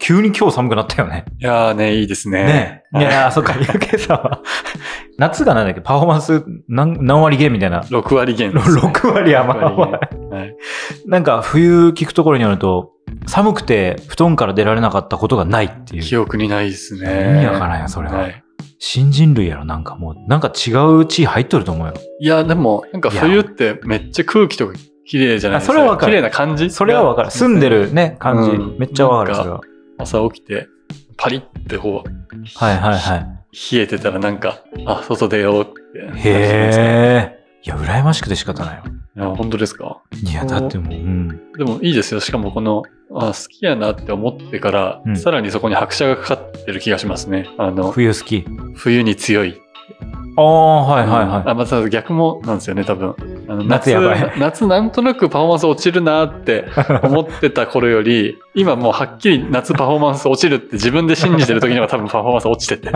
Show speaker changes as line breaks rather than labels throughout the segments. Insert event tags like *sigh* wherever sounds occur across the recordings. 急に今日寒くなったよね。
いやーね、いいですね。
ねえ。いやー、そっか、ゆうけいさんは、夏がなんだっけ、パフォーマンス何何割減みたいな。
6割減ですね、
6割余
6
る。
減はい
なんか冬聞くところによると、寒くて布団から出られなかったことがないっていう。
記憶にないですね。
意味わからんよそれは
はい
新人類やろ、なんかもう、なんか違う地位入っとると思うよ。
いや、でも、なんか冬ってめっちゃ空気とか綺麗じゃないですか。
あそれはわかる
綺麗な感じ
それはわかる。住んで。るね、感じ。
うん
めっちゃわかる、
な
そ
ん
れは。
朝起きて、パリってこう、
はいはいはい。
冷えてたらなんか、あ、外出ようって。
へえ。いや、羨ましくて仕方ないよ。
え。本当ですか
いや、だってもう、うん。
でもいいですよ。しかもこの、あ好きやなって思ってから、
うん
さらにそこに拍車がかかってる気がしますね。あの、
冬好き。
冬に強い。
ああ、はいはいはい。
あ、また逆もなんですよね、多分。あの
夏やばい
夏なんとなくパフォーマンス落ちる
*laughs*
なって思ってた頃より、今もうはっきり夏パフォーマンス落ちるって自分で信じてる時には多分パフォーマンス落ちて
*laughs*
て。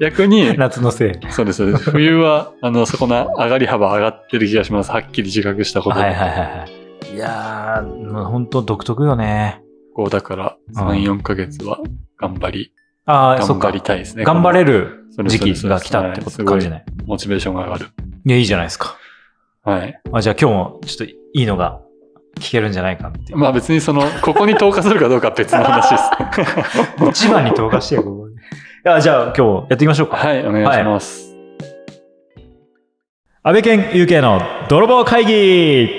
逆に、
夏の
*laughs*
せい。
そうです、そうです。冬は、あの、そこの上がり幅上がってる気がします。はっきり自覚したこと。
はいはいはいはい。いやー、もう本当独特よね。
こうだから、3、4ヶ月は頑張り、
ああ、そっ
頑張
か
り。たいですね。
頑張れる
そうです
時期が来たってこと
そうです
感じない。
このモチベーションが上がる。
いや、いいじゃないですか。
はい。
あ、じゃあ今日もちょっといいのが聞けるんじゃないかっていう。
まあ別にその、ここに投下するかどうかは別の
*laughs*
話です。 *laughs*
一番に投下してよ、ここに。いや、じゃあ今日やっていきましょうか。
はい、お願いします。
安倍健 UK の泥棒会議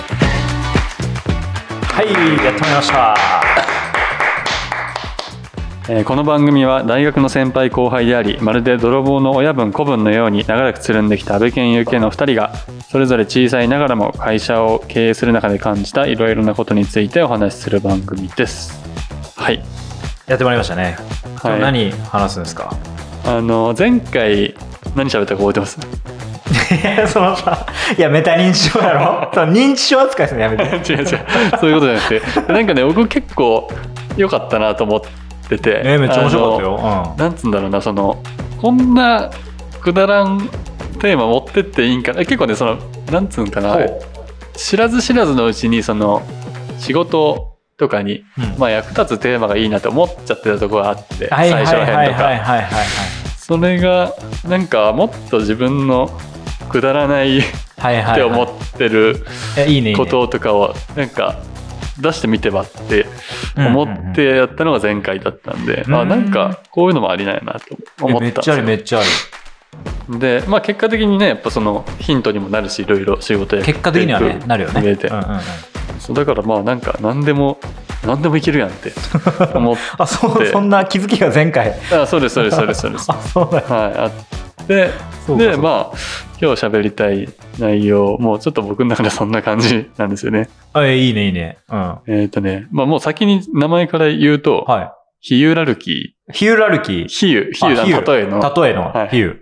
はい、やってまいりました。
えーこの番組は大学の先輩後輩であり、まるで泥棒の親分子分のように長らくつるんできた安倍健有形の2人が、それぞれ小さいながらも会社を経営する中で感じたいろいろなことについてお話しする番組です。はい。
やってまいりましたね。今
は
日
い、
何話すんですか *laughs*
あの、前回、何喋ったか覚えてます *laughs*
いや、そのさ、いや、メタ認知症やろ
*laughs*
その認知症扱いするのやめて。
違う違うそういうことじゃなくてなんかね僕結構良かったなと思ってて
えめっちゃ面白かったよ。
あのなんつうんだろうなそのこんなくだらんテーマ持ってっていいんかなえ結構ねそのなんつうんかな、
はい
知らず知らずのうちにその仕事とかに、
うん。うん
まあ、役立つテーマがいいなと思っちゃってたところがあって、
はいはい
最初
はいはい
ら辺とか、
はいはいはい。
それがなんかもっと自分のくだらないっ
はいはい。
て思ってる、
て、いいね。いいね
こととかをなんか出してみてばって思ってやったのが前回だったんで、
うんうん
あなんかこういうのもありないなと思ったん
めっ
です
ちゃある
よ
めっちゃある
で、まあ、結果的にねやっぱそのヒントにもなるしいろいろ仕事やってい
結
く
果的にはねなるよね
上で
うんうんうん、
そうだからまあなんか何でも何でもいけるやんって
*laughs*
思っ
あそう
で
そんな気づきが前回
たあそうですそうですそうですそうです
あそうだ
はいあって
そうか
で
そうか
まあ今日喋りたい内容もうちょっと僕の中ではそんな感じなんですよね *laughs*
あえいいねいいねうんは
えっ、とねまあもう先に名前から言うと、ヒユラルキ
いヒューラルキー
ー。ヒユ、ヒ
あ
ユだ、
ヒュー
例えの。
例えの
はい
ヒュー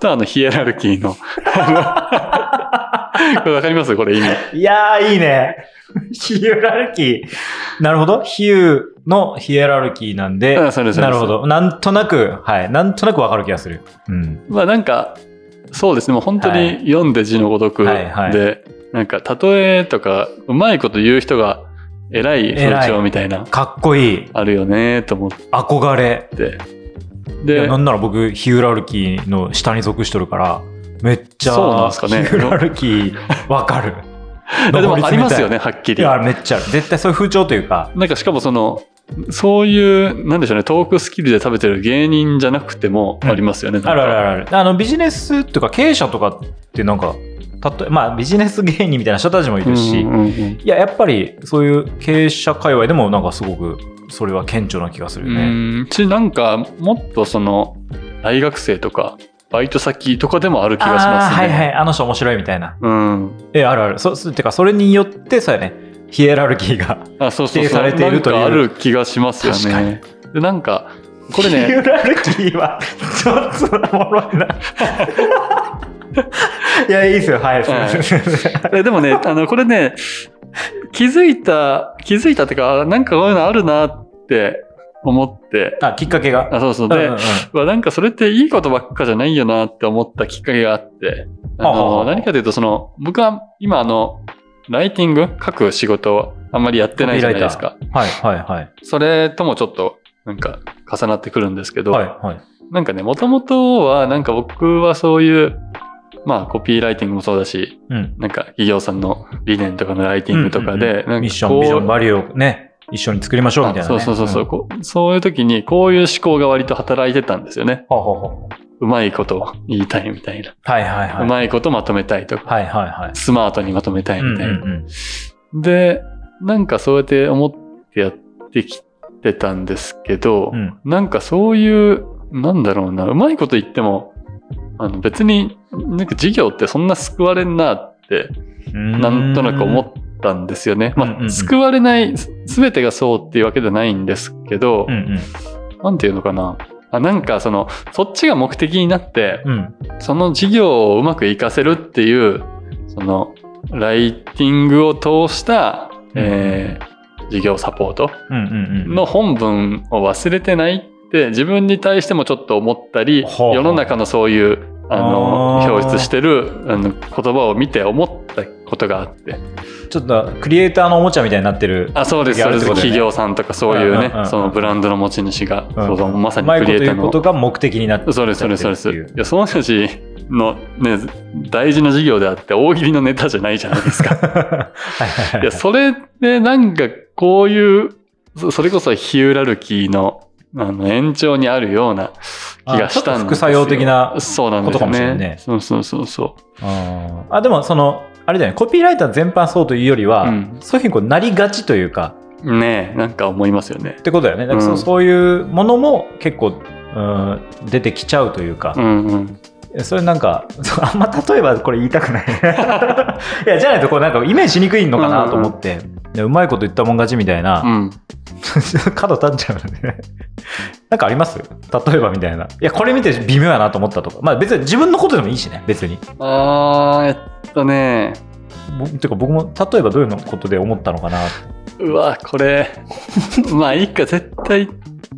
と、あの、ヒエラルキ
*laughs*
ーの。 *laughs* あのこれわかりますこれ意味。
いやーいいね *laughs* ヒューラルキーなるほどヒューのヒエラルキーなんで
うんそうですそうです
なるほどなんとなくはいなんとなくわかる気がするうん
まあなんか、そうですね。もう本当
はい
に読んで字のごとくで、
はいはい
なんか、例えとか、うまいこと言う人が偉い風潮みたいな、
かっこいい
あるよねと思っ
憧れ
て。
いや
で
な、んなら僕ヒューラルキーの下に属しとるからめっちゃ
そうなんすかね
ヒューラルキーわかる
*laughs* でもありますよ
ね
ね、はっき
い
り。
やめっちゃある絶対そういう風潮というか
なんかしかもその、そういう、なんでしょうね、トークスキルで食べてる芸人じゃなくてもありますよね。なんか
あるあるあるあるあのビジネスっていうか経営者とかってなんか例えまあビジネス芸人みたいな人たちもいるし、
うんうんうん
いややっぱりそういう経営者界隈でもなんかすごくそれは顕著な気がするよ
う
ね、
んちなんかもっとその大学生とかバイト先とかでもある気がし
あ
ま
あ
す
ー
ね。
はいはいあの人面白いみたいな
うん、
えあるあるそそてかそれによってさねヒエラルキーが
あそうそう
否定
そう
されているという
なんかある気がしますよ
確か
ね。でなんか
*laughs*
これ
ヒ
ね
ューラルキーは、ちょっとおもろい
*laughs*
な。いや、いいですよ。はい。
はい
すいません
えでもねあのこれね気づいた気づいたってかあなんかこういうのあるなって思って、
あ、きっかけが。
あ、そうそ
う
う。
んうん
で
うん、
まあなんかそれっていいことばっかじゃないよなって思ったきっかけがあって、あ
はあは
の
あ
何かというとその、僕は今あの、ライティング書く仕事をあんまりやってないじゃないですか。
はいはいはい。
それともちょっとなんか重なってくるんですけど、
はいはい。
なんかね、もともとはなんか僕はそういう、まあコピーライティングもそうだし、
うん。
なんか企業さんの理念とかのライティングとか
うん
で、なんかこう
ミッション、ビジョン、バリューをね、一緒に作りましょうみたいな、
あそ
ね。
うそうそうそう、
ん
こうそういう時にこういう思考が割と働いてたんですよね。
はあはあは
うまいことを言いたいみたいな。
あはいはいは
う
い。
まいことまとめたいとか、
はいはいはい。
スマートにまとめたい
うん
み
うん
たいな。
うん。
で、なんかそうやって思ってやってきてたんですけど、
うん
なんかそういう、なんだろうな、うまいこと言っても、あの別に、なんか事業ってそんな救われんなって、なんとなく思ったんですよね。
うんうん
ま
うん
あ、救われない、すべてがそうっていうわけじゃないんですけど、
うんうん
なんていうのかな。あなんかその、そっちが目的になって、
うん
その事業をうまく活かせるっていう、その、ライティングを通した、えー事業サポート
うんうんうん
の本文を忘れてないって、自分に対してもちょっと思ったり、
ほうほう
世の中のそういう、あの、
あー
表出してる、あの、言葉を見て思ったことがあって。
ちょっとクリエイターのおもちゃみたいになってる
あ、そうです、
や
そう
る
で
っ
す。
てことね
企業さんとかそういう
うんうんうんうん
ね、そのブランドの持ち主が、
うん
そうそう、まさ
う
に
まい
ク
こと
リエイ
言
ター
う
の
ことが目的になって
そうです、そうです、そうです。
っていう
いや、その人たちのね、大事な事業であって、大喜利のネタじゃないじゃないですか。
*laughs* はいはい
いや、それでなんかこういう、そそれこそヒューラルキーのあの延長にあるような気
あ
がしたんですよ
ちょっと副作用的な
そうなん
こ
ですよね。
とかもしれないね
そうそうそうそ
はいあでもそのあれだよねコピーライター全般そうというよりは、
うん
そういうふうにこうなりがちというか
う。ねえ、なんか思いますよね
っ。てことだよねだからそ,、
うん
そういうものも結構、うん、出てきちゃうというか
う、んうん。
それなんか *laughs* そうあんま例えばこれ言いたくない *laughs* いやじゃないとこうなんかイメージしにくいのかなと思って、でうまいこと言ったもん勝ちみたいな、
うん。
*laughs* 角立っちゃうのね。 *laughs* なんかあります例えばみたいな。いや、これ見て微妙やなと思ったとか。まあ別に自分のことでもいいしね、別に。
あー、えっとね、
ぼてか僕も例えばどういうのことで思ったのかなって。
うわ、これ、 *laughs* まあいいか、絶対、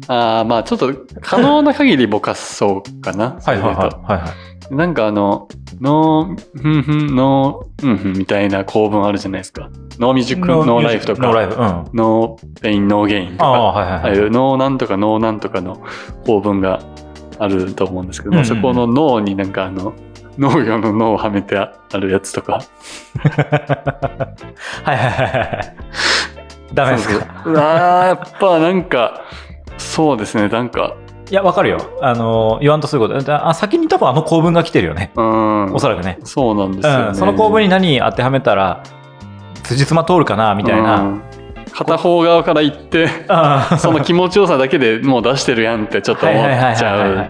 あーまあちょっと可能な限りぼかそうかな。
はいはいはい
それで言うと。
はいはい。
なんかあの、ノー、ふんふん、ノー、ふんふんみたいな構文あるじゃないですか。ノーミュージック、ノーライフとか、
ノーライフ。うん。あ
ノーペイン、ノーゲインとか、
あ、はい
あ
は
あ
い
い
はい。
うノーなんとかノーなんとかの構文があると思うんですけど、
うんうん
そこのノーになんかあの、農業のノーをはめてあるやつとか。
はいはいはいはい。ダメです
そう
か
そううわーやっぱなんか、そうですね、なんか、
いや、わかるよ。あの、言わんとすること。だあ先に多分あの構文が来てるよね。
うん
お。そらくね。
そうなんですよ、ね
うん。その構文に何当てはめたら、辻褄通るかなみたいな。
うん片方側から言って、
ああ
その気持ちよさだけでもう出してるやんってちょっと思っち
はいはいはいはいは
ゃ
い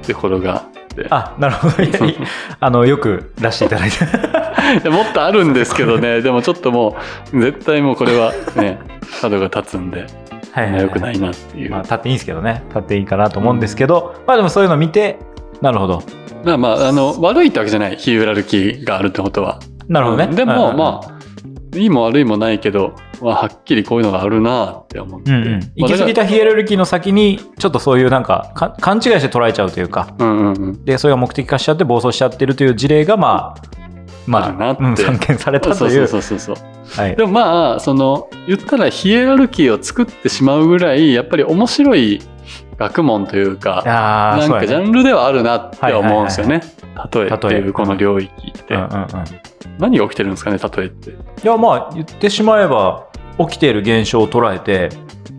う
ところがあって。
あ、なるほど。いやいやあの、よく出していた
*laughs*
だいて。
いやもっとあるんですけどね、でもちょっともう、絶対もうこれは
*laughs*
ね、角が立つんで、
は。
あんま良くないいなっていう。
まあ、
ま
立っていいんですけどね。立っていいかなと思うんですけど、まあでもそういうの見て、なるほど。
あまあ、あの、悪いってわけじゃない、ヒエラルキーがあるってことは。
なるほど
う
ね。
んでも、
うん
まあ、いいも悪いもないけど、まあ、はっきりこういうのがあるなって思って。
うんうん。行き過ぎ
た。
たヒエラルキーの先に、ちょっとそういうなんかか勘違いして捉えちゃうというか、
うんうんうん。
で、それが目的化しちゃって暴走しちゃってるという事例が、まあ、
あ
ま
るな
あ、
って
うん、散見され
そう
た
そ
と
う
い。
そううそうそう。
はい。
でもまあその言ったらヒエラルキーを作ってしまうぐらいやっぱり面白い学問というか
ああ、
なん
そう
かジ
や
ャ
ね。
ンルではあるなって思うんですよね。例えって
例え
いうこの領域って、
うんうんうん。い
何が起きてるんですかね例えって。
や、まあ、言ってしまえば、起きている現象を捉えて、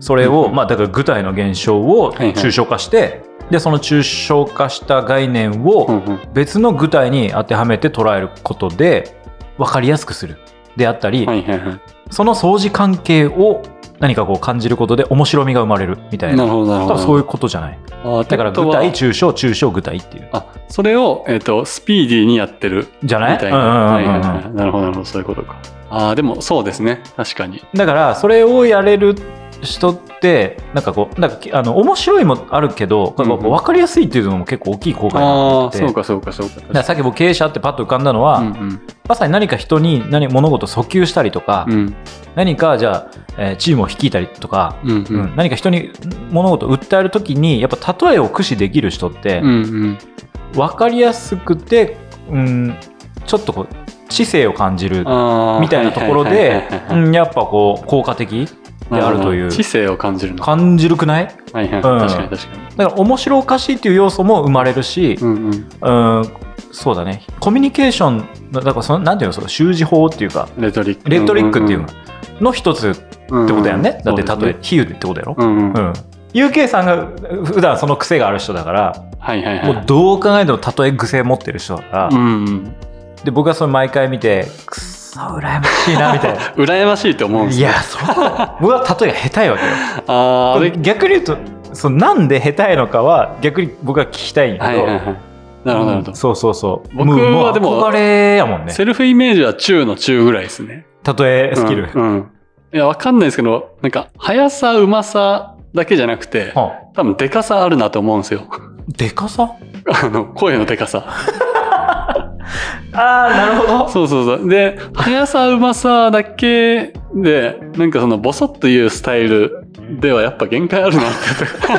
それを、
うん
まあ、だから具体の現象を抽象化して、で、その抽象化した概念を、
うんうん
別の具体に当てはめて捉えることで分かりやすくするであったり、
はいはいは
その相似関係を何かこう感じることで面白みが生まれるみたい
い。
な
なるほどなる
多
ほど。
分そういうことじゃない
あ
だから
ってこ
具
とは
体抽象抽象具体っていう
あそれを、えっとスピーディーにやってる
じゃ
み
ない
たいな。
うんうんうんうん
はいはいはいなるほどなるほどそういうことか。ああでもそうですね確かに。
だからそれをやれる人ってなんかこうなんかきあの面白いもあるけど、
うんうん
分かりやすいっていうのも結構大きい効果だなと思
あ
っ
あ
て
そうかそうかそうか
だからさっき僕経営者ってパッと浮かんだのは、
うんうん
まさに何か人に何物事を訴求したりとか、
うん
何かじゃあ、えーチームを率いたりとか、
うんう
うん
ん
何か人に物事を訴えるときにやっぱ例えを駆使できる人って
うんうん
分かりやすくて、うん、ちょっとこう知性を感じる
あー
みたいなところ
はいはい
で
はいはい、はい
うんやっぱこう効果的であるという
知性を感じるの
感じるくない
はいはい、
ん
確かに確かに
だから面白おかしいっていう要素も生まれるし、
うんうん
うん、そうだねコミュニケーションのだからそのなんていうのその習字法っていうか
レトリック
レトリックっていうの
っ
の一つって
て
ことやんね、だって例え、
て
比喩ってことやろ、
うんうん、
うん UK さんが普段その癖がある人だから、
はいはいはい
もうどう考えても例え癖持ってる人だから、
うんうん
で僕はそれ毎回見てくっそ羨ましいなみたい
*laughs*
な
羨ましいと思うんです
い
よ
やそう僕は例えが下手いわけよ
あーあれ
逆に言うとそのなんで下手いのかは逆に僕は聞きたいんや
は
け
い
ど、
はいはいなるほどなるほど、
そうそうそう
僕はでも
うう憧れやもんね
セルフイメージは中の中ぐらいですね
例えスキル、
うん、うんいやわかんないですけどなんか速さうまさだけじゃなくて
は
多分でかさあるなと思うんですよ *laughs*
あでかさ
あの声のでかさ
ああなるほど
そうそうそうで速さうまさだけでなんかそのボソッというスタイルではやっぱ限界あるなってと
し
か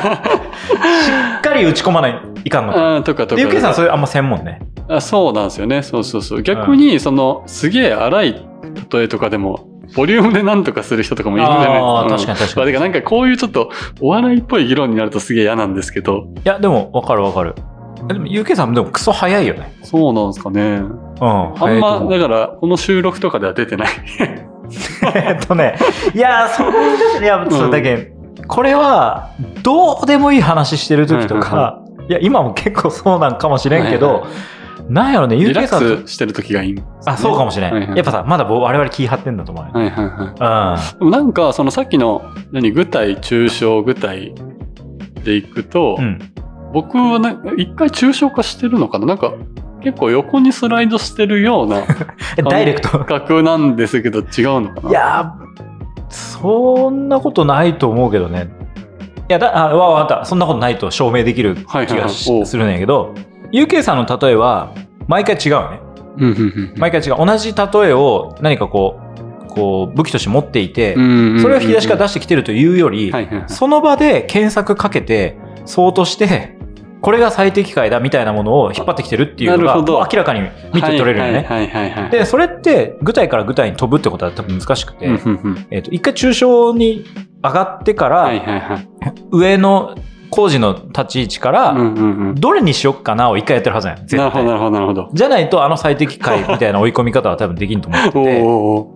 っかり打ち込まないいかんのか
あーとかとか
でゆきさんそれあんま専門ね
あそうなんですよねそうそうそう逆にそのすげえ荒い例えとかでもボリュームでなんとかする人とかもいるじゃ
あ
な
あ
い
確
です
か
か
に確
ま
か
あ、
に
て
い
かなんかこういうちょっとお笑いっぽい議論になるとすげえ嫌なんですけど
やでもわかるわかるえでもゆきさんでもクソ早いよね
そうなんですかね
うん
あ
早
ん
いと
ま
思う
だからこの収録とかでは出てない
えっとね、いやー、そこに出て、いや、そううんだけ、これは、どうでもいい話してる時とか、いや、今も結構そうなんかもしれんけ
はい
ど
は、
なんやろね、ゆ
リ
う
ラ
けさん
ッ
と、
クスしてる時がいいんですね、
あ、そうかもしれ
はいはい
ん。やっぱさ、まだ僕我々気張ってんだと思うよ。
はいはいはい
うん。
でもなんかそのさっきの何具体抽象具体でいくと、
うん。
僕はなんか一回抽象化してるのかななんか結構横にスライドしてるよ
*laughs*
うな
え、ダイレクト。
感覚なんですけど違うのかない
やー、そんなことないと思うけどね。いや、だ、あ、わ、わかった。そんなことないと証明できる気
はいはいは
が
い
し
おう
するんやけど、ゆうけさんの例えは、毎回違うよね。
うんうんうんうん
毎回違う同じ例えを何かこうこう武器として持っていて、
うんうんうん
それを引き出しから出してきてるというより、
はいはいはい
その場で検索かけて相としてこれが最適解だみたいなものを引っ張ってきてるっていうの
なる
が
ほど
もう明らかに見て取れるよね。
はいはいはいはいはい
でそれって具体から具体に飛ぶってことは多分難しくて、
うんうんうん
えっと一回抽象に上がってから、
はいはいはい
上の工事の立ち位置から、
うんうんうん
どれにしよっかなを一回やってるはずなんや絶
なるほど
対
なるほどなるほど
じゃないとあの最適解みたいな追い込み方は多分できんと思ってて
お *laughs* ーお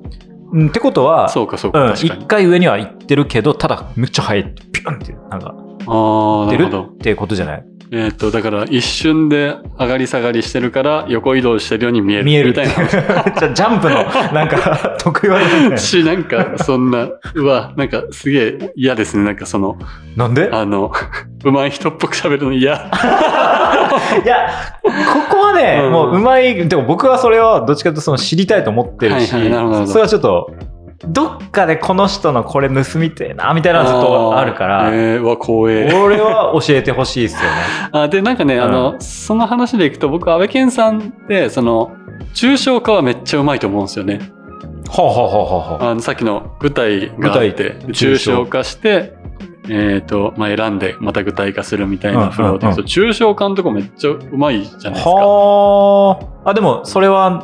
ー
うんってこと
おー
は、
そうかそう
う
か
ん、
確か
一
に
回上には行ってるけど、ただ、めっちゃ速い。ピュンって、なんか、
ああな
出
る
る
ほど
ってことじゃない
えーっとだから一瞬で上がり下がりしてるから横移動してるように見える
見える *laughs*
みたいな
じゃあ、ジャンプの、なんか、 *laughs* 得意技みたい
*laughs*
な
しなんかそんなうわなんかすげえ嫌ですねなんかその
なんで
あの *laughs* うまい人っぽく喋るの嫌
いや、ここはね、
うん
もう、うまい、でも僕はそれを、どっちかというと、その、知りたいと思ってるし、
はいはいなるほどなるほど
それはちょっと、どっかでこの人のこれ盗みてえな、みたいなのはちょっとあるから、
えー、うわ光栄
俺は教えてほしいですよね。
あでなんかね、
ん
あのその話でいくと僕安倍健さんってその抽象化はめっちゃうまいと思うんですよね
ほうほうほうほうほう。
あのさっきの具体があっ
具
て
体
抽象化してえーとまあ、選んでまた具体化するみたい
うんうんう
なんフローで、そう抽象化のとこめっちゃうまいじゃないですか。
はああでもそれは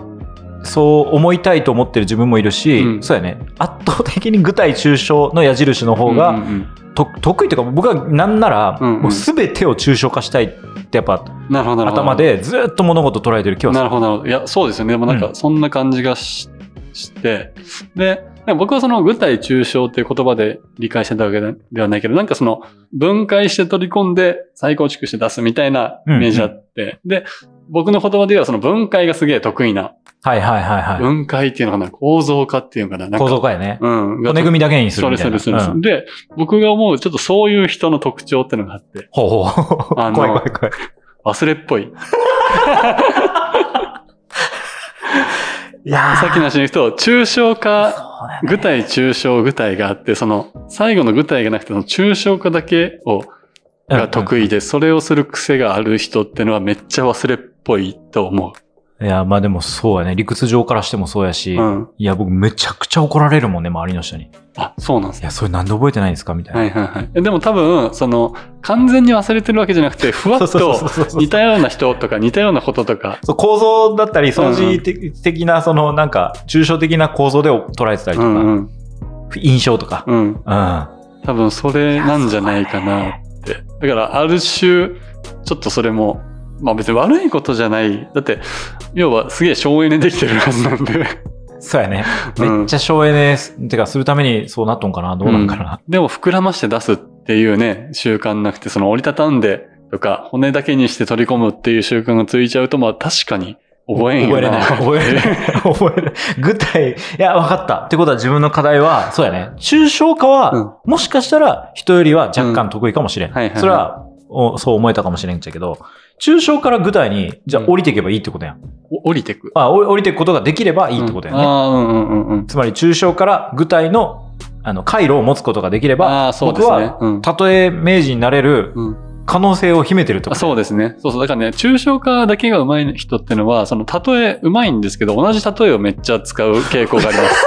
そう思いたいと思ってる自分もいるし、
うん
そうやね圧倒的に具体抽象の矢印の方が、
うんうん
と得意というか僕はなんなら、
うんうん
もう全てを抽象化したいってやっぱ
うんなるほどなるほど
頭でずっと物事捉えてる気はす
な
る
るほどなるほどいやそうですよねでもなん
う
かそんな感じがし,、てでなんか僕はその具体抽象っていう言葉で理解してたわけではないけどなんかその分解して取り込んで再構築して出すみたいなイメージあって、で僕の言葉ではその分解がすげえ得意な、
はいはいはいはい、
分解っていうのかな構造化っていうのかななんか
構造化やね
うん
骨組みだけにす
そ
るみ
れ
たい
そ
な
れそれ、
うん
で僕が思うちょっとそういう人の特徴っていうのがあって
ほうほうほう
あの
*laughs* 怖い怖い怖い
忘れっぽい
いやー
さっきの話に行くと抽象化
そうだよね。
具体、抽象、具体があって、その、最後の具体がなくて、その抽象化だけを、が得意で、それをする癖がある人ってのはめっちゃ忘れっぽいと思
いや、まあでもそうやね。理屈上からしてもそうやし、
う。うん。
いや、僕めちゃくちゃ怒られるもんね、周りの人に。い
あ、そうなんですね。
や、それなんで覚えてないんですかみたいな。
はいはいはい。えでも多分、その、完全に忘れてるわけじゃなくて、ふわ
*laughs* そう
っ
そう
と
そうそう
似たような人とか似たようなこととか、
そう構造だったり、掃除的な、その、なんか、抽象的な構造で捉えてたり
う
とか、
んうん。
印象とか。
うん。
うん。
多分それなんじゃないかなって。だからある種、ちょっとそれも、まあ別に悪いことじゃない。だって、要はすげえ省エネできてるはずなんで。 *laughs*
そうやね。
うん
めっちゃ省エネす、てか、するためにそうなっとんかなどうなんかな、
でも膨らまして出すっていうね、習慣なくて、その折りたたんでとか、骨だけにして取り込むっていう習慣がついちゃうと、まあ確かに覚えんよ
覚えれない。覚えれない。覚えれない。具体、いや、わかった。ってことは自分の課題は、そうやね。抽象化は、
*laughs* うん
もしかしたら人よりは若干得意かもしれん。
うんはいはいはい
それは、おそう思えたかもしれんっちゃけど、抽象から具体に、じゃあ
うん
降りていけばいいってことやん。
お降りてく。
あ、お降りていくことができればいいってことやね。
うんああ、うんうんうんうん。
つまり抽象から具体のあの回路を持つことができれば、
ああ、そうです
僕
ね
は。
うん
たとえ明治になれる
うん
可能性を秘めてるってこ
あ
と
そうですね。そうそう。だからね、抽象化だけが上手い人ってのは、その、例え上手いんですけど、同じ例えをめっちゃ使う傾向があります。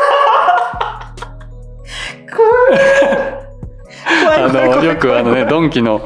*laughs*
あの、よくあのね、ドンキの、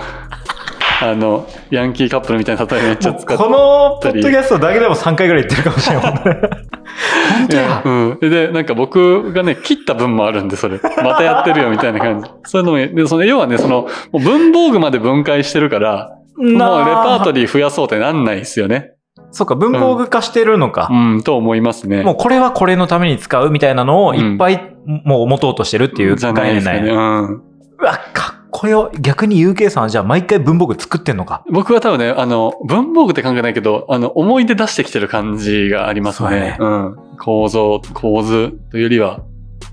あの、ヤンキーカップルみたいな例えめっちゃ
もう
使っ
このポッドキャストだけでも3回ぐらい言ってるかもしれないもんね。本当
て
や。。
うん。でで、なんか僕がね、切った分もあるんで、それ。またやってるよ、みたいな感じ。そういうのも、で、その、要はね、その、もう文房具まで分解してるから、もうレ
なあ
パートリー増やそうってなんないですよね。
そうか、文房具化してるのか。
うん、と思いますね。
もうこれはこれのために使うみたいなのを
うん
いっぱいもう持とうとしてるっていう
じゃない
概
で
念
す
な
か
んや
ね。うん。
うわ、かっこよ。逆に UK さんはじゃあ毎回文房具作ってんのか。
僕は多分ね、あの、文房具って関係ないけど、あの、思い出出してきてる感じがあります
そう
ね。
やね
うん。構造、構図というよりは、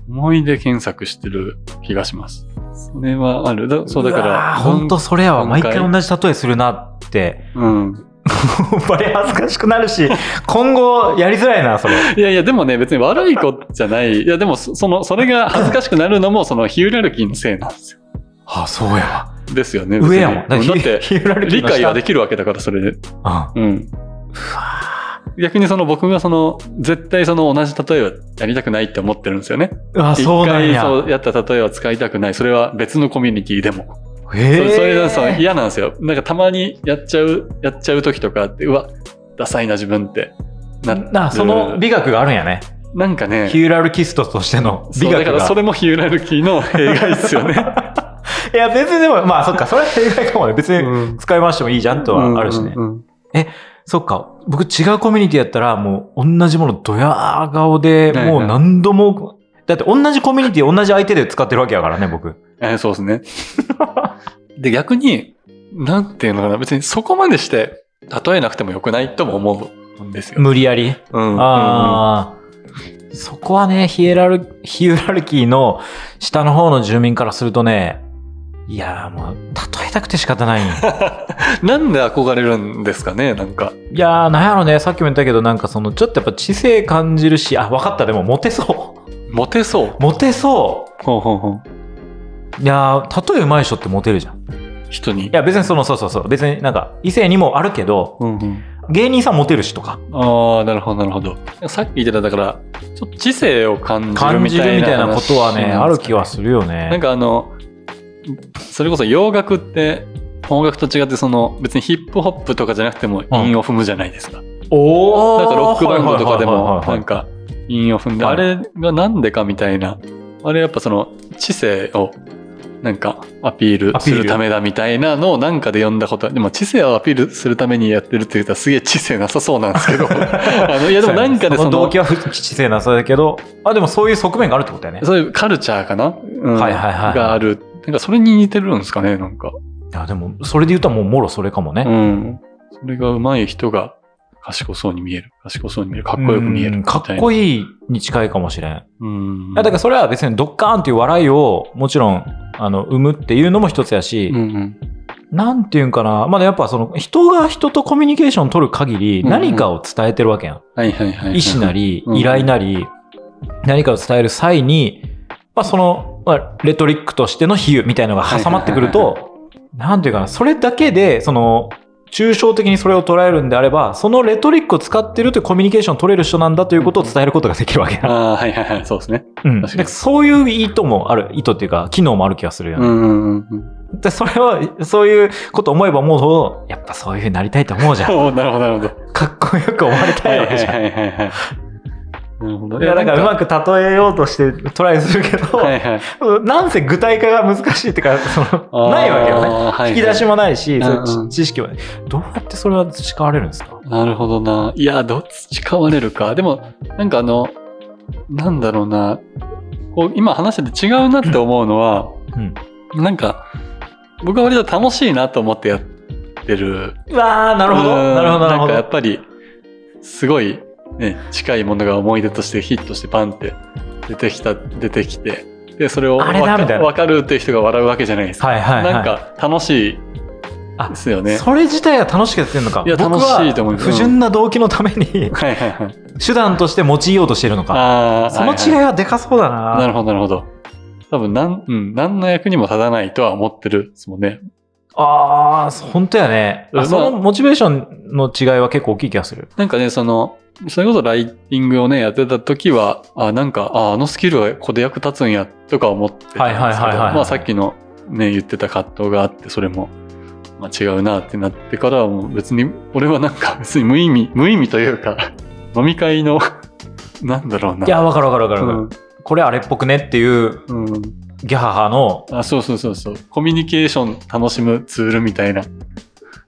思い出検索してる気がします。それはある。だそうだか
うわ
ら。
あほんとそれやわ。
文
毎
化
回同じ例えするなって。 *laughs*
うん。
バレ恥ずかしくなるし、今後やりづらいな、それ。
いやいや、でもね、別に悪い子じゃない。いや、でも、そその、それが恥ずかしくなるのも、そのヒューラルキーのせいなんですよ。
あ、そうやわ。
ですよね。別に
上やもん。
だって、
ヒュラルキー
理
の下
解はできるわけだから、それで。
うん。
うん。逆にその僕がその、絶対その同じ例えはやりたくないって思ってるんですよね。
うわ、
一
そうなん
回
や。
そうやった例えは使いたくない。それは別のコミュニティでも。
へえ。
それそれがそう嫌なんですよ。なんかたまにやっちゃう、やっちゃう時とかあって、うわ、ダサいな自分って。な
なその美学があるんやね。
なんかね、
ヒューラルキストとしての
そ
美
うだ
学
から
が
そ。れもヒューラルキ
*laughs*
ーの弊害ですよね。
いや、別にでも、まあそっか、それは正解かもね。別に使い回してもいいじゃんとはあるしね
う。んうんうん
そっか、僕違うコミュニティやったら、もう同じものドヤ顔で、
はいはい
もう何度も、だって同じコミュニティ同じ相手で使ってるわけやからね、僕。
えーそうですね。 *laughs* で、逆に、なんていうのかな、別にそこまでして、例えなくてもよくないとも思うんですよ。
無理やり。
うん
ああ。そこはね、ヒエラル、ヒューラルキーの下の方の住民からするとね、いやーもう、例えたくて仕方
*laughs*
ないんよ。
うんなんで憧れるんですかね、なんか。
いやー、なんやろね、さっきも言ったけど、なんかその、ちょっとやっぱ知性感じるし、あ、わかった、でもモテそう。
モテそう。
モテそ
ほうほうほう。
う。いやー、例えうまい人ってモテるじゃん。い
人に。
や、別にその、そうそうそう、別になんか、異性にもあるけど、
うんうん、
芸人さんモテるしとか、
ああ、なるほど、なるほど。さっき言ってた、だから、ちょっと知性を感じる
感
み
じ
た
る
い
み
な話
たいなことはね、ある気は
す
するよね。
なんかあの、それこそ洋楽って、音楽と違って、その、別にヒップホップとかじゃなくても、韻を踏むじゃないですか。
おー、
なんかロックバンドとかでも
はいはいはいはいはい
なんか韻を踏んで
は
あ
い
れがなんでかみたいなあれやっぱその知性をなんかアピールす
アピー
る
ル
ためだみたいなのをなんかで読んだことでも知性をアピールするためにやってるって言ったらすげえ知性なさそうなんで
*laughs*
すけどあのいやでもなんかでそ
の動
の
機は不知性なさだけど、あ、でもそういう側面があるってことやね。
そういうカルチャーかな、うん
はいはいはい
があるなんかそれに似てるんですかねなんか、
いや、でも、それで言うともうもろそれかも
う
ね。
ん、それが上手い人が賢そうに見える賢そうに見えるかっこよく見え
う
る
んかっこいいに近いかもしれん。
うん
いやだからそれは別にドッカーンっていう笑いをもちろんあの生むっていうのも一つやし、
うんうん
なんていうんかな、まだやっぱその人が人とコミュニケーション取る限り
うんうん
何かを伝えてるわけやん。
はいはいはいはい
意思なり
うん
依頼なり、何かを伝える際に、まあ、その、まあ、レトリックとしての比喩みたいのが挟まってくると、なんていうかな、それだけで、その、抽象的にそれを捉えるんであれば、そのレトリックを使ってるというコミュニケーションを取れる人なんだということを伝えることができるわけ
あ
だ。
*laughs* あ、はいはいはい、そうですね。
うん。
確かに
でそういう意図もある、意図っていうか、機能もある気がするよ
う
ね。
んうんうんうん。
で、それは、そういうこと思えば思うほど、やっぱそういうふうになりたいと思うじ
*laughs*
ゃん。
*laughs* おーなるほど、なるほど。
かっこよく思われた
はいいは
わ
い
けじ
はい
ゃん。
はいはい。なるほど。
いや、なんかうまく例えようとしてトライするけど、
はいはい。
なんせ具体化が難しいってか、その、ないわけよね。
あーはいはい
引き出しもないし、
うんうん
そういう知知識もない。どうやってそれは培われるんですか
なるほどな。いや、どっちかわれるか。でも、なんかあの、なんだろうな。こう、今話してて違うなって思うのは、
うん。
なんか、僕は割と楽しいなと思ってやってる。
うわー、なるほど。
うん
なるほど、なる
な
ほ
んかや
ど
っ。ぱり、すごい、ね、近いものが思い出としてヒットしてパンって出てきた、出てきて、で、それを
あれだ
わか
みたいな
わかるっていう人が笑うわけじゃないですか。
はいはいはい。
なんか楽しいですよね。
それ自体が楽しくやってるのか。
いや
僕
楽しいと思い
は
ます
不純な動機のために *laughs*
はいはいはい。
手段として用いようとしてるのか。
あー
その
はいはい
違いはでかそうだな。
なるほど、なるほど。多分、なん、うん、何の役にも立たないとは思ってるですもんね。
ああ、本当やね。
うん
あそのモチベーションの違いは結構大きい気がする。
なんかね、その、それこそライティングをね、やってた時は、あ、なんか、あ、あのスキルはここで役立つんや、とか思ってたんですけど、
はいはいはいはいはい
まあさっきのね、言ってた葛藤があって、それも、まあ違うなってなってからはもう別に、俺はなんか *laughs* 別に無意味、無意味というか、 *laughs* 飲み会の、 *laughs* なんだろうな。
いや、わかるわかるわか
う
るわかる。、
ん
これあれっぽくねっていう
うん。
ギャハハの、
あ、そうそうそうそう。コミュニケーション楽しむツールみたいな。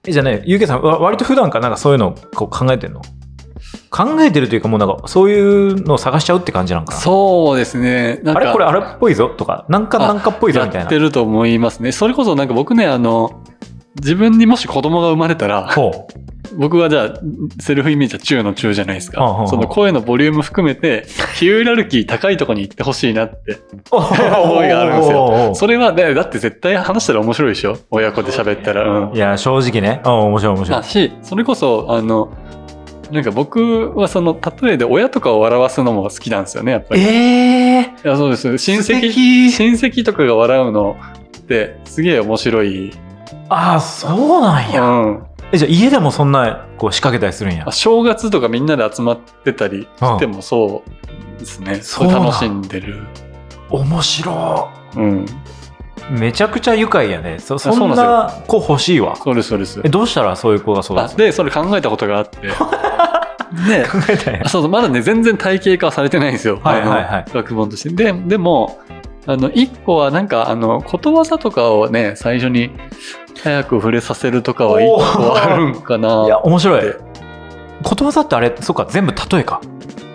えじゃあね、ゆうけいさん、わ割と普段からなんかそういうのをこう考えてるの考えてるというかもうなんかそういうのを探しちゃうって感じなんかな。
そうですね。なん
あ
か
れこれあれっぽいぞとか、なんか
あ
なんかっぽいぞみたい
やっ
な
て。ると思いますね。それこそなんか僕ね、あの、自分にもし子供が生まれたら、
ほう。
僕はじゃあ、セルフイメージは中の中じゃないです
はあはあは
か。
あ
その声のボリューム含めて、ヒューラルキー高いとこに行ってほしいなって。思いがあるんですよ
よ
それは、ね、だって絶対話したら面白いでしょ親子で喋ったら。うん
い。や、正直ね。うん、面白い面白い
だ。し、それこそ、あの、なんか僕はその、例えで親とかを笑わすのも好きなんですよね、やっぱり。い
ええ
や、そうです。親
素
戚、
敵
親戚とかが笑うのって、すげえ面白い。
ああ、そうなんや。
うん。
え、じゃあ家でもそんな、こう仕掛けたりするんや
あ。正月とかみんなで集まってたりしてもそうですね、
そ
そ
ううなん
楽しんでる、
面白
うん、
いめちゃくちゃ愉快やねそそ
そうんな
な子欲しいわ
そうですそうです
えどうしたらそういう子が育
あ
つ
でそれ考えたことがあって
*laughs*
で
考えたんや
あそうそうまだね全然体系化 *laughs* はされてないんですよ、
はいはいはい
あの学問としてででもあの1個はなんかあのことわざとかをね最初に早く触れさせるとかは
お
1
ー
個あるんかない
や面白い
で
ことわざってあれそっか全部例えか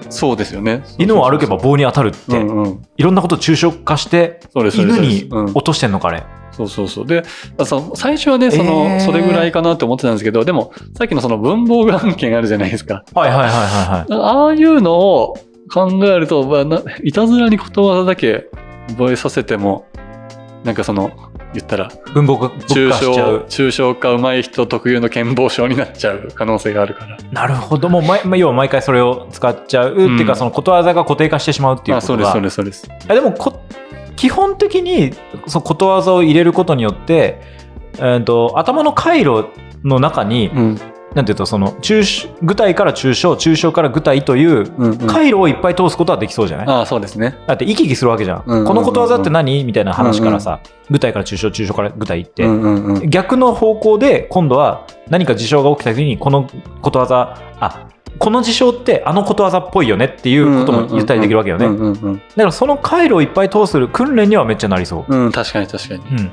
そうですよね
犬を歩けば棒に当たるって、
うんうん
いろんなことを抽象化して
そうですそうです
犬
そうです
に
うん
落としてんのかあれ、
そうそうそう。で、その最初はね、その、
えー
それぐらいかなって思ってたんですけど、でも、さっきのその文房具案件あるじゃないですか。
はいはいはいはいはい
ああいうのを考えると、まあないたずらにことわざだけ覚えさせても、なんかその、言ったら、
文房具化
抽
しちゃ
象
う、
抽象化上手い人特有の健忘症になっちゃう可能性があるから。
なるほどもう毎まあ要は毎回それを使っちゃう、っていう
うん
かそのことわざが固定化してしまうっていう
あ、
こと
そう
が
です、そうです、そうです。
いやでもこ基本的にそのことわざを入れることによって、えー、と頭の回路の中に、
うん、
なんていうとその抽象具体から抽象抽象から具体という
うん、うん。
回路をいっぱい通すことはできそうじゃない、
ああ、そうですね。
だって行き来するわけじゃん,、
うんうんうんうん
このことわざって何みたいな話からさ、具体から抽象抽象から具体って、
うん、うん、うん。
逆の方向で今度は何か事象が起きた時にこのことわざあこの事象ってあのことわざっぽいよねっていうことも言ったりできるわけよね、
うん、うん、うん。
だからその回路をいっぱい通する訓練にはめっちゃなりそ
うん、確かに、確かに。
う。うん。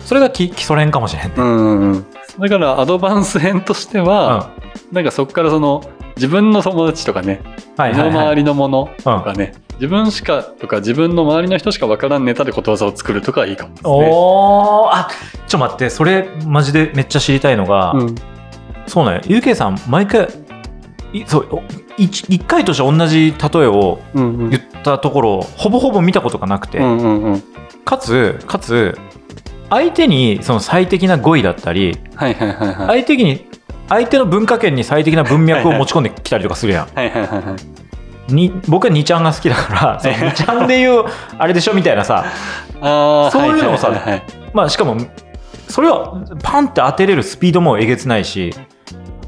それが基基礎練かもしれんね。
うんうんうん、だからアドバンス編としては、なんかそこからその自分の友達とかね、
はいはい
身の
は
回
い。
りのものとかね、自分しかとか自分の周りの人しかわからんネタでことわざを作るとかいいかもですね。
おーあちょっと待って、それマジでめっちゃ知りたいのが、
うん、
そうなんよ。ゆうけいさん、毎回、いそうお一一回として同じ例えを
うんうん
言ったところ、ほぼほぼ見たことがなくて、
うんうんうん
かつ、かつ、相手にその最適な語彙だったり、
はいはいはいはい。
相手に、相手の文化圏に最適な文脈を持ち込んできたりとかするやん。
はいはいはいはい。
に僕は2ちゃんが好きだ
*laughs*
からその2ちゃんでいうあれでしょみたいなさ、
あー
そういうのもさ
はははい
まあ、しかもそれはパンって当てれるスピードもえげつないし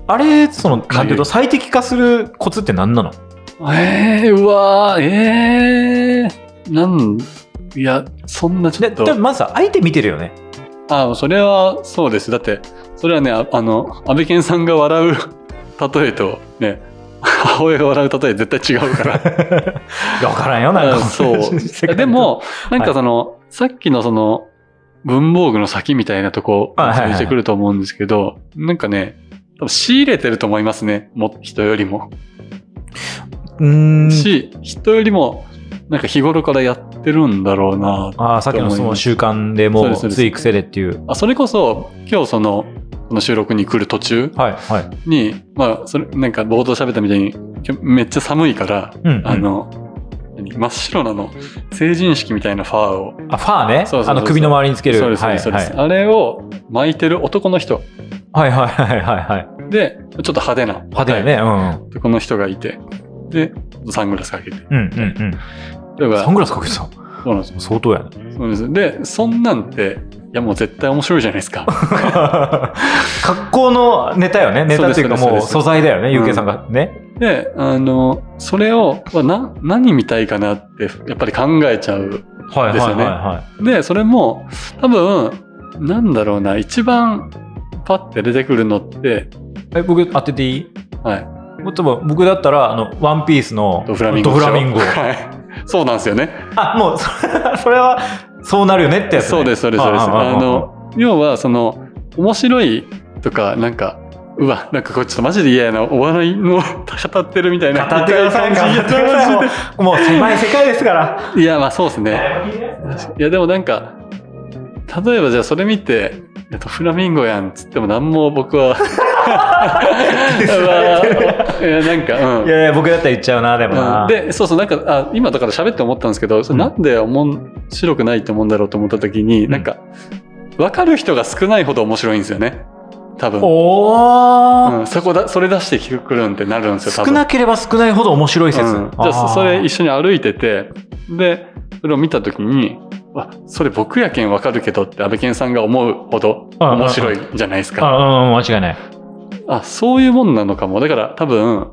あれそのなんていうと最適化するコツって何なの
はいえー、うわーえー、なんいやそんなちょ
で
っ
で
と
まずさ相手見てるよ
*laughs*
ね
あそれはそうですだってそれはねああの安倍健さんが笑う例えとね *laughs* 母親が笑う例え絶対違うから
いやわからんよなん
うん
か
そ
世 *laughs*
う。
界
でも、なんかその、さっきのその、文房具の先みたいなとこ、
はいはいはい
してくると思うんですけど、なんかね、多分仕入れてると思いますね。も、人よりも。
うーん
し、人よりも、なんか日頃からやってるんだろうな。
あーさっきのその習慣でも
そうで
う
すそうです
つい癖でっていう
あ、それこそ、今日その、この収録に来る途中
はいはい
に、まあ、それ、なんか冒頭喋ったみたいに、今日めっちゃ寒いから、
うんうん
あの、何真っ白なの、成人式みたいなファーを
あファーね
そうそうそうそう
あの首の周りにつける
そうです、そう
は
で
い
す、そうです。
は
あれを巻いてる男の人
いはいはいはいはい
で、ちょっと派手な。
派手やね、
はい。この人がいて、で、サングラスかけて。
うんうんうんうん
例えば
サングラスかけてた
そうなんです
相当やね
そうなんです。で、そんなんて、いやもう絶対面白いじゃないで
*laughs*
すか。
*laughs* 格好のネタよねネタっていうか
そう
も
で
う
すそ
素
うです
材だよね
ん
ゆうけいさんがね
で、あの、それを、まあな、何見たいかなって、やっぱり考えちゃう。
はいはい
です
はい
よね
は
で、それも、多分、なんだろうな、一番、パッて出てくるのって、
いえ僕当てていい
はい。
もっとも僕だったらあのワンピースの
ドフラミンゴ
ド
でしょ。
フラミンゴ
はい。そうなんですよね。
*laughs* あもうそれそれはそうなるよねってやつ、ね、
そうですそうですそうです。
ああああ
あの要はその面白いとかなんかうわなんかこれちょっとマジで嫌やなお笑いの語ってるみたいな
語ってください
痛感じ
語ってくださいもうもう狭い世界です *laughs* から
いやまあそうですね。いやでもなんか例えばじゃあそれ見て。えっと、フラミンゴやんっつっても何も僕
*laughs*
は *laughs* うわいやなんかうん
いやいや僕だったら言っちゃうなでもな、
うんでそうそうなんかあ今だから喋って思ったんですけどそれ
うん
なんで面白くないって思うんだろうと思った時に、
ん
なんか分かる人が少ないほど面白いんですよね多分、
おお、
うん、そこだそれ出してきてくるんってなるんですよ多
少
分
なければ少ないほど面白い説、
うんじゃあそそれ一
緒
緒に歩いててでそれを見た時にわそれ僕やけん分かるけどって安倍健さんが思うほど
うんうんうん
面白いじゃないですか、
あうんうん間違いない
あそういうもんなのかもだから多分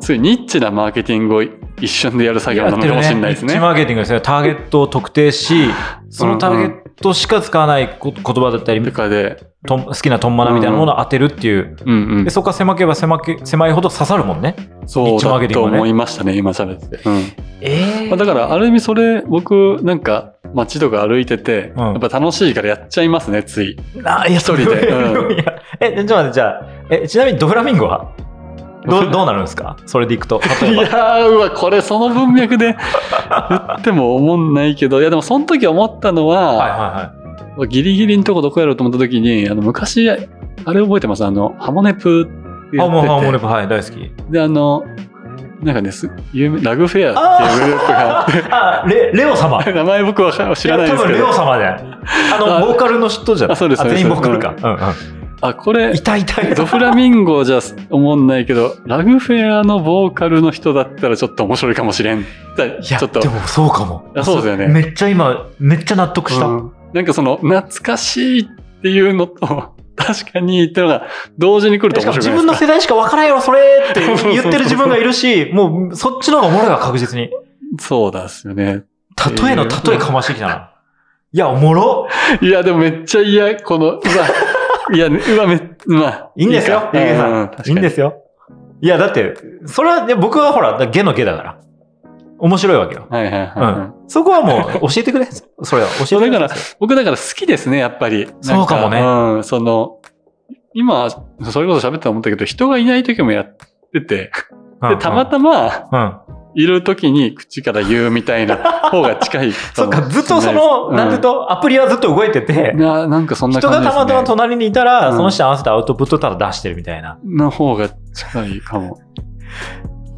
そういうニッチなマーケティングを一瞬でやる作業なのかもしれないです
ニッ
ね
チマーケティングですね。ターゲットを特定し、そのターゲットしか使わないこ言葉だったり、
とかで、
とん好きなトンマナみたいなものを当てるっていう。
うんうん
で、そこが狭ければ狭け狭いほど刺さるもんね。
そう
マーケティン
だと
グはね
思いましたね、今喋ってて。うん
え
まあ、だから、ある意味それ、僕、なんか、街とか歩いてて、
うん
やっぱ楽しいからやっちゃいますね、つい。
ら、 *laughs* あいや、
一人
*laughs*
でうん
いやえ、ちょっと待って、じゃあ、え、ちなみにドフラミンゴは
*laughs*
どうどうなるんですかそれでいくと。
い
例えば
やー、うわ、これその文脈で *laughs* 言っても思んないけど、いや、でもその時思ったの
*laughs* はい
は、
は
ギリギリのとこどこやろうと思った時に、あの、昔、あれ覚えてますあの、ハモネプって
い
や
はい。あ、もう、ハーモネ
って
プ、はい、大好き。
て、で、あの、なんかね、す有名ラグフェアっていうグループがあって、
あ、レレオ様。
*laughs* 名前僕は知らないですけ
や多分レオ
ど、
様だよ。あの、
あ
ボーカルの人じゃない
あそうですそうです
全員ボーカルか。うんう
あ、これ
ん。い、たいたいた
*laughs* ド。フラミンゴじゃ思んないけど、ラグフェアのボーカルの人だったらちょっと面白いかもしれん。だ
いや、
ちょっと
で。もそうかも。
あそうだよね
めっちゃ今、めっちゃ納得した。
うんなんかその、懐かしいっていうのと、確かにってのが同時に来ると
しか
面
も自
白くないで
分
す
の
か。
世代しか分からんよ、それって
*laughs*
言ってる自分がいるし、もうそっちの方がおもろいわ、確実に。
そうだっすよね。
例えの例えかましてきたな。いや、おもろ
いや、でもめっちゃ嫌、この、うわ、いや、うわ、めっ、まあ。。
いいんですよ、ゆうげいさん。いいんですすよ。いや、だって、それは、ね、僕はほら、ゲのゲだから。面白いわけよ。
はいはいはい、
う
はい
ん。そこはもう、教えてくれ。それは、教えてくれ。
そうだから僕だから好きですね、やっぱり。なん
そうかもね
うん、その、今、それこそ喋って思ったけど、人がいない時もやってて、
うん、
で、たまたま、
うん。
いる時に口から言うみたい
*laughs*
な方が近いか
そっ
も
か、ずっとその、なんていうと、アプリはずっと動いてて、
いや、なんかそんな
人
感じ
が
で
た
す、ね。
またま隣にいたら、
うん
その人に合わせたアウトプットをただ出してるみたいな。
の方が近いかも。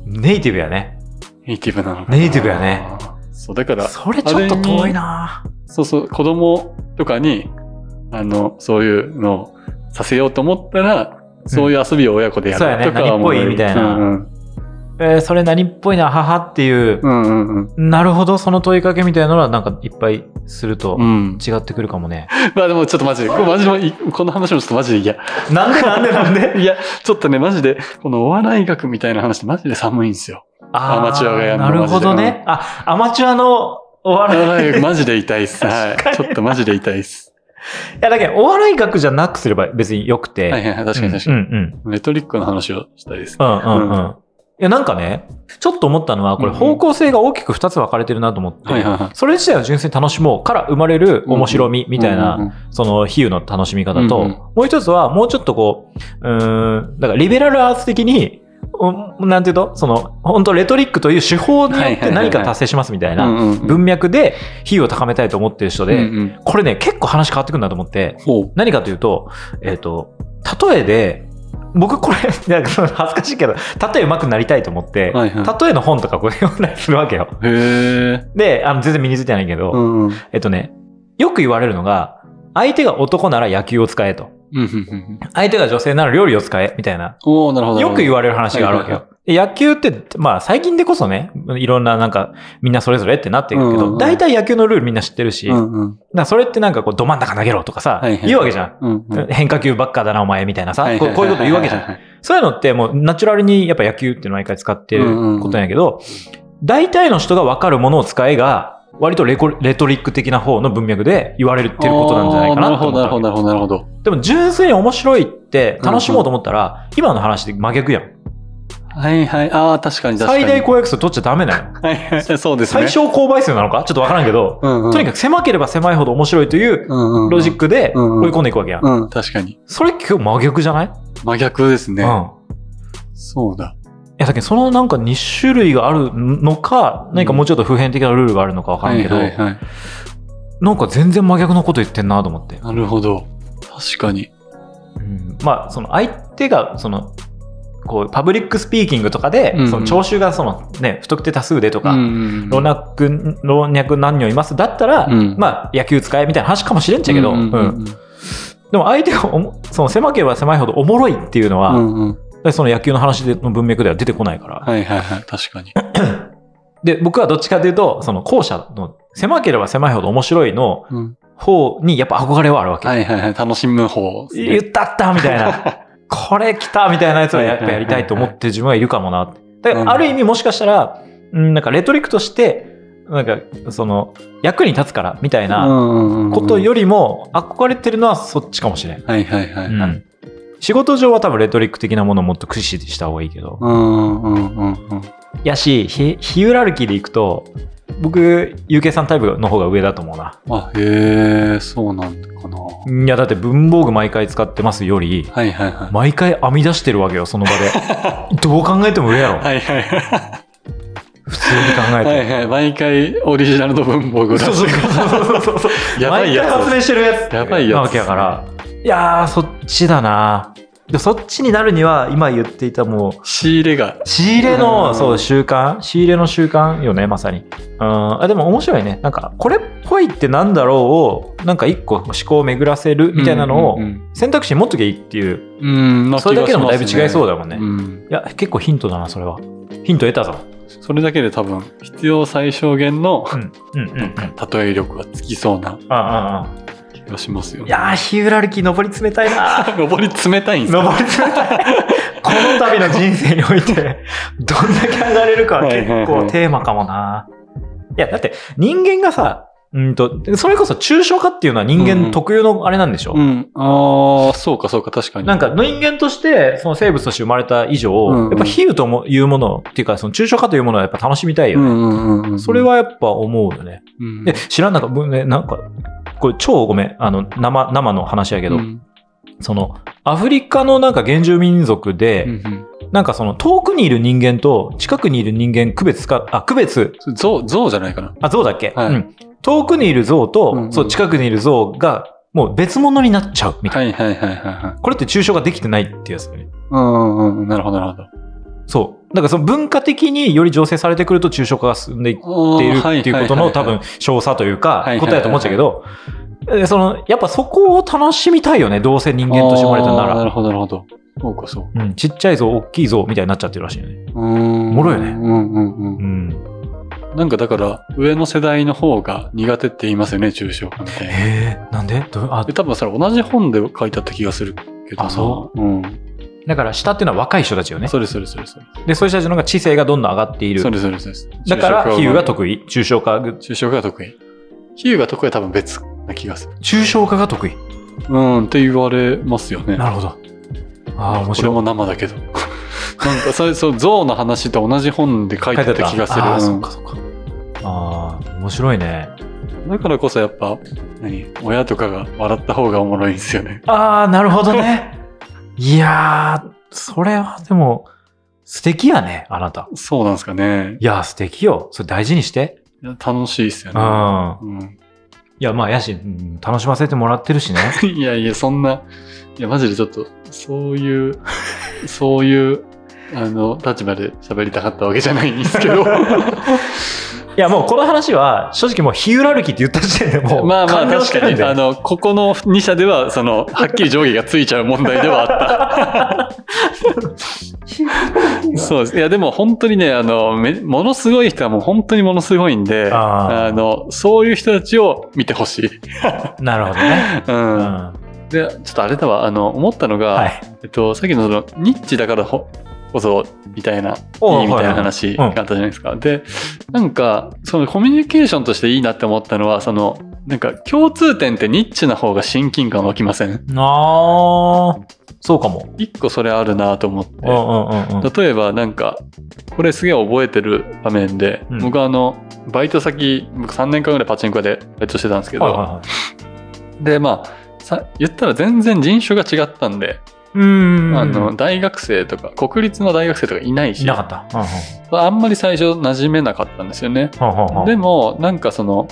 ネイティブやね。
ネイティブなのかな。
ネイティブやね。
そう、だから、
それちょっと遠いな
そうそう、子供とかに、あの、そういうのをさせようと思ったら、そういう遊びを親子でや
そうや
る
ね
とかはもう
何っぽいみたいな
うんうん
えーそれ何っぽいな、母っていう、
うんうんうん。
なるほど、その問いかけみたいなのはなんかいっぱいすると
うん。
違ってくるかもね。 *laughs*
まあでもちょっとマジで、これマジでい、この話もちょっとマジで嫌。
なんでなんでなんで
いや、ちょっとね、マジで、このお笑い学みたいな話ってマジで寒いんですよ。
あー
*laughs* アマチュアがやるの
なるほど
マジで
ね。あ、アマチュアのお
お
笑い。い
笑い学マジで痛いっす。は
確か
い。
に
ちょっとマジで痛いっす。
や、だけどお笑い学じゃなくすれば別に良くて。
はいはいはい、確かに確か
う
に。
んうん。
レトリックの話をしたいです。
うんうんう。
うん
いや、なんかね、ちょっと思ったのは、これ
うんうん
方向性が大きく2つ分かれてるなと思って、
はいはいはい。
それ自体を純粋に楽しもうから生まれる面白みみたいな、
うんうんうん。
その比喩の楽しみ方と、
うんうん
もう一つは、もうちょっとこう、うーん、だからリベラルアーツ的に、おなんていうと、その、本当レトリックという手法によ
はい
っ
はいは
て
い
何か達成しますみたい
うん
な
うんうん
文脈で比喩を高めたいと思ってる人で、
うんうん
これね、結構話変わってくるなと思って、
ほう。
何かというと、えっ、と、例えで、僕これ、なんかその恥ずかしいけど、例え上手くなりたいと思って、
はいは
例えの本とかこれ読んだりするわけよ。
い。へえ。
で、あの、全然身についてないけど、
うんうん。
えっとね、よく言われるのが、相手が男なら野球を使えと。
うんうんうん。
相手が女性なら料理を使え、みたいな。
おーなるほど。
よく言
わ
われる話があるわけ
は
よ。で野球って、まあ最近でこそね、いろんななんか、みんなそれぞれってなってるけ
うんうんう
ど、
ん
大体野球のルールみんな知ってるし、
うんうん。
だからそれってなんかこう、ど真ん中投げろとかさ、
はいはい
言うわけじゃん。
うんうん。
変化球ばっかだな、お前、みたいなさ、
はい
こ
は
う
は
こういうこと言うわけじゃん。
はいはい
そういうのってもうナチュラルにやっぱ野球っていうのは毎回使ってることなんやけど、大体の人が分かるものを使えが、割とレコレトリック的な方の文脈で言われるっていうことなんじゃないか
あーなる
なと
ほ
思
ど、
った
なるほ
わ
ど、なるほど、なるほど。
け。でも純粋に面白いって楽しもうと思ったら、今の話で真逆やん。
はいはい。ああ、確かに確かに。
最大公約数取っちゃダメ
*laughs*
なの。
はいはい、そうですね。
最小公倍数なのかちょっと分からんけど、
うんうん、
とにかく狭ければ狭いほど面白いという
ロ
ロジックで
うんうん
追い込んでいくわけやん。
うん、確かに。
それ結構真逆じゃない
真逆ですね。
うん。
そうだ。
いや、だけどそのなんか2種類があるのか、何かもうちょっと普遍的なルールがあるのかわかんないけど、
はいはいはい。
なんか全然真逆のこと言ってんなと思って。
なるほど。確かに。
うんまあ、その相手が、その、こう、パブリックスピーキングとかで、
うんうん
その聴衆がそのね、不特定多数でとか、
ん
老若、老若男女いますだったら、
うん
まあ、野球使えみたいな話かもしれんちゃけど、
うんうんう
うん
ん
でも相手がおもその狭ければ狭いほどおもろいっていうの
う
は、
んうん。
その野球の話での文脈では出てこないから、
はいはいはい。確かに。
で、僕はどっちかというと、その後者の狭ければ狭いほど面白いの
うん
方にやっぱ憧れはあるわけ。
はいはいはい。楽しむ方ですね、
言ったったみたい *laughs* な。これ来たみたいなやつはやっぱやりたいと思って自分はいるかもなって。だからある意味もしかしたら、うんなんかレトリックとして、なんかその役に立つからみたいな
な
ことよりも憧れてるのはそっちかもしれん。
はいはいはい。
う
うん
ん仕事上は多分レトリック的なものをもっと駆使した方がいいけど。
うんうんうん。
やし、ヒヒューラルキーでいくと、僕、UK さんタイプの方が上だと思うな。
あ、へえ、そうなんだかな。はい
やだって文房具毎回使ってますより
いはいはい。
毎回編み出してるわけよその場で
*laughs*
どう考えても上やろ
はいはいは
普通に考
い。
え
は
て
いはい。毎回オリジナルの文房具出
そうそう
してくる
そうそうそう
*laughs* やば
*laughs*
い
毎
や
回
つ。
発明してるやつ
やばいやつ
なわけやからいやーそっちだなでそっちになるには今言っていたもう
仕入れが。
仕入れ
うん
のそう習慣仕入れの習慣よねまさにうんあでも面白いねなんかこれっぽいってなんだろうをなんか一個思考を巡らせるみたいなのを
うんうん
選択肢に持っときゃいいっていう
うん、うんまあ
それだけでもだいぶ違いそう
だ
だもんね。
うん。
いや、結構ヒントだな、それは。ヒント得たぞ。
それだけで多分、必要最小限の
うん。うんうんうん。
例え力がつきそうな
あああ
気がしますよ
あ。い。やー、ヒューラルキー登り詰めたいな。
登り冷たいんです
*laughs*
よ。
登り詰めたい。この度の人生において、どんだけ上がれるかは結
はいはいは
構
い
テーマかもな。いや、だって人間がさ、うんと、それこそ抽象化っていうのは人間特有のあれなんでしょ、
うん。ああ、そうかそうか、確かに。
なんか人間としてその生物として生まれた以上、
うんうん
やっぱ比喩というものっていうかその抽象化というものはやっぱ楽しみたいよ
う
ね、
んうんうんうん。
それ、はやっぱ思うよね。
うん、
で、知らんなかった、ね、なんか、これ超ごめん、あの、生、生の話やけど、
うん
その、アフリカのなんか原住民族で、
うんうん
なんかその、遠くにいる人間と近くにいる人間、区別か、あ、区別、
それ象、象じゃないかな。
あ、象だっけ、
はい
うん。遠くにいる象と、
うんうん
そう、近くにいる象が、もう別物になっちゃう、みたいな。
はいはいはいはいはい。
これって抽象ができてないってやつだよね。
うんうんうん。なるほどなるほど。
そう。だからその文化的により醸成されてくると抽象化が進んでいく
っ
っているっていうことの多分、少佐というか
はいはいはい
答えだと思っちゃうけど、えーその、やっぱそこを楽しみたいよね、どうせ人間として生まれたな
あーな
ら。
るほどなるほど。そうかそう
うん、ちっちゃい像、大きい像みたいになっちゃってるらしいよね。
うーん
おもろいよね
うんうんう
うんん。
なんかだから上の世代の方が苦手って言いますよね抽象画みたいな
へえ、なんでどうあ
で多分それ同じ本で書いてあった気がするけどな、
あそう
うん、
だから下っていうのは若い人たちよね。
そうですそうですそうですそう
で、そういう人たちの方が知性がどんどん上がってい
です
る
そう。ですそうですそうです
だから、比喩が
意
得意。抽象化が、
抽象画が得意比喩が得意は多分別な気がする
抽象化が得意。
うんって言われますよね
なるほど。ああ、面白い。
これも生だけど *laughs* なんかそれそう象の話と同じ本で書いてた気がする
ああ、
う
そ
ん
っかそっか。ああ、面白いね。
だからこそやっぱ何親とかが笑った方がおもろいんですよね
ああ、なるほどね。 *laughs* いやー、それはでも、素敵やね、あなた。
そうなんですかね
いやー、素敵よ。それ大事にして。
いや楽しいですよ
う
ね、
ん。
うん、
いや、まあ、やし、うん楽しませてもらってるしね。
*laughs* いやいやそんないやマジでちょっとそういう *laughs* そういうあの立場で喋りたかったわけじゃないんで
*laughs*
すけど
*laughs* いや、もうこの話は、正直もう、日浦歩きって言った時点で *laughs* もう、
まあまあ
完了し
確
てる
か
ん
に
で
あのここの2社ではそのはっきり上下がついちゃう問題ではあった
*laughs*
そうです。いや、でも本当にね、あの、めものすごい人はもう本当にものすごいんで、あ
あ
の、そういう人たちを見てほしい。
ー *laughs* なるほどね。
う。
うんん。
で、ちょっとあれだわ、あの、思ったのが、
はい。
えっと、さっきのその、ニッチだからほこそ、みたいな、いい
おう
みたい
はいは
ない話があったじゃないですか。で、なんか、そのコミュニケーションとしていいなって思ったのは、その、なんか共通点ってニッチな方が親近感湧きません
あー、そうかも。
一個それあるなと思って。
うんうんうんうん。
例えばなんかこれすげえ覚えてる場面で、
うん
僕あのバイト先僕3年間ぐらいパチンコ屋でバイトしてたんですけど、
はいはいはい
でまあさ言ったら全然人種が違ったんで、
うーん。
あの大学生とか国立の大学生とかいないし
いなかった。うんうん
あんまり最初馴染めなかったんですよね、
はあはあはあ
でもなんかその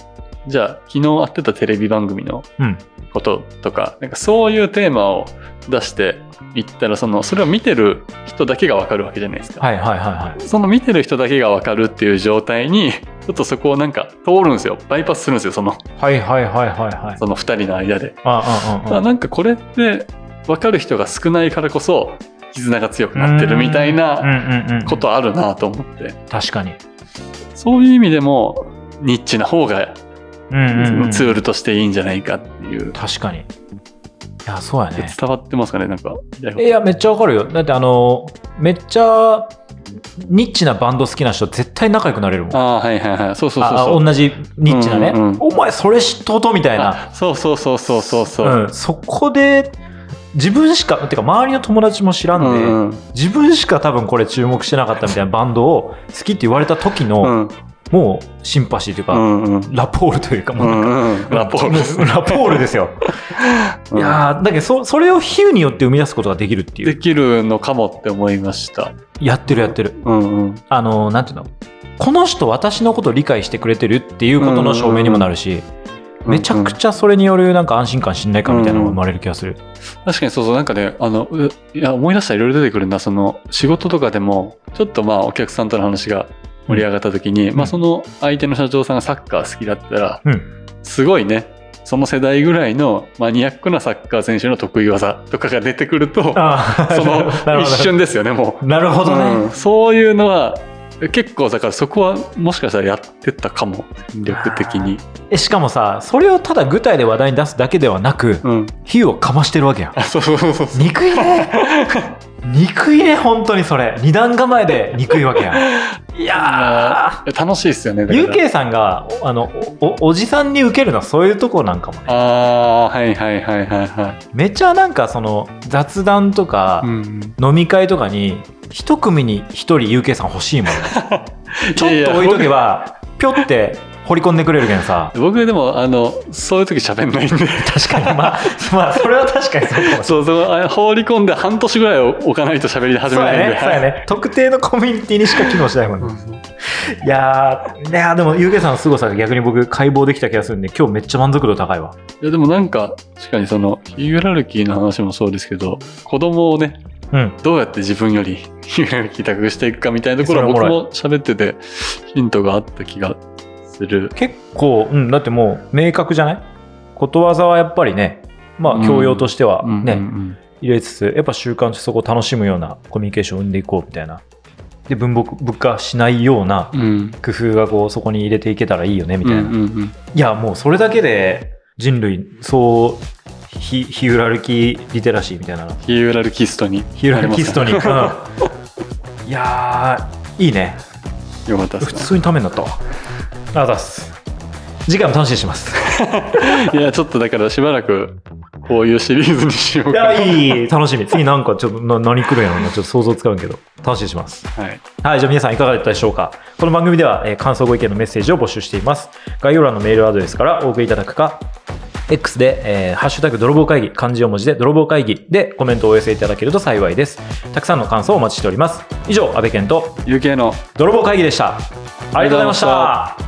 じゃあ昨日会ってたテレビ番組の
うん
こととかなんかそういうテーマを出していったらそのそれを見てる人だけがわかるわけじゃないですか。
はいはいはいはい。
その見てる人だけが分かるっていう状態に、ちょっとそこをなんか通るんですよ。バイパスするんですよ、その、
はいはいはいはいはい。
その二人の間で。
あうんうん
あ
うん
なんかこれって、分かる人が少ないからこそ、絆が強くなってるみたいうなん
うんうん。
ことあるなと思って。
確かに。
そういう意味でも、ニッチな方が
うんうんうん
ツールとしていいんじゃないかっていう。
確かに。いや、そうやね。
伝わってますかね、なんか。
いや、めっちゃわかるよ。だって、あの、めっちゃ、ニッチなバンド好きな人、絶対仲良くなれるもん。
ああ、はいはいはい。そうそうそうそう。
あ同じニッチなね、
うんうん
お前それ知っとうとみたいな、
あそうそうそうそうそうそう。
うん、そこで自分しかてか周りの友達も知らんで、
うん
自分しか多分これ注目してなかったみたいなバンドを好きって言われた時の、
うん
もうシンパシーという
う
か、
んうん
ラポールというかもうなんか、
うんうんラポールです
うんラポールですよ。 *laughs* いやーだけどそ、それを比喩によって生み出すことができるってい
で
う。
きるのかもって思いました。
やってるやってる。
うんうん。
あのーなんていうのこの人私のことを理解してくれてるっていうことの証明にもなるし、めちゃく
ゃ。
ちゃそれによるなんか安心感信頼感みたいなのが生まれる気がする。
確かにそうそう、なんかね、あの、ういや、思い出したらいろいろ出てくるな、その、仕事とかでも、ちょっとまあ、お客さんとの話が盛り上がった時に、
ん
まあ、その相手の社長さんがサッカー好きだったら、
うん。
すごいね、その世代ぐらいのマニアックなサッカー選手の得意技とかが出てくると、
ああ、
その
*laughs* なるほど
一瞬ですよね、もう。
なるほどね。
うんそういうのは、結構、だからそこはもしかしたらやってたかも、戦略的に。
えしかもさ、それをただ具体で話題に出すだけではなく、
うん。
比喩をかましてるわけやん。
あ、 *laughs* そうそうそうそう。
憎い
*laughs*
ね。憎いね、本当にそれ。二段構えで憎いわけやん。いや
楽しいですよね。だ
ー、
から
ゆうけいさんが、あの、おお、おじさんに受けるのはそういうとこなんかもね。
ああー、はいはいはいはいは
めっちゃなんかその、雑談とか
い。う、ん、
飲み会とかに、一組に一人ゆうけいさん欲しい
*laughs*
もんね。ちょ
いやい
っ
や
と置いとけば、ぴょって掘り込んでくれるけんさ。
僕でもあのそういう時喋んないんで
確かにま
*laughs*
あまあそれは確かにそうかもし
そうそうあ放り込んで半年ぐらいを置かないと喋り始
れ
め
な
ないいんで
そうやねそうやね特定のコミュニティにしか機能しないもん、ね、
ね
いやーいやーでもゆうけいさんの凄さが逆に僕解剖できた気がするんで今日めっちゃ満足度高いわ
*laughs* いやでもなんか確かにそのヒエラルキーの話もそうですけど子供をね
うん
どうやって自分よりヒエラルキー高くしていくかみたいなところは
そ
僕
れおも
も喋っててヒントがあった気がする
結構、うん、だってもう明確じゃないことわざはやっぱりねまあ教養としてはね、
うんうんうん
入れつつ、やっぱ習慣としてそこを楽しむようなコミュニケーションを生んでいこうみたいな。で、文房具化しないような
うん
工夫がこうそこに入れていけたらいいよねみ
う
た
ん
いな。
うんうん
いや、もうそれだけで人類、そう、ヒヒューラルキーリテラシーみたいなの。
ヒエラルキストに
ヒューラルキストに。うん、いやー、いいね。
よかったで
普
す
通にためになったわ。あざっす。次回も楽しみにします。
ねいやちょっとだからしばらくこういうシリーズにしよう
い
かな
や、いい、楽しみ。次なんかちょっとな何来るんやろうな。ちょっと想像つかんけど、楽しみにします。
はい
はい、じゃあ皆さんいかがだったでしょうかこの番組では、えー感想ご意見のメッセージを募集しています。概要欄のメールアドレスからお送りいただくか、X で、えーハッシュタグ泥棒会議、漢字4文字で泥棒会議でコメントをお寄せいただけると幸いです。たくさんの感想をお待ちしております。以上、安部健と
UK の
泥棒会議でした。ありがとうございまし。
ありがとうございました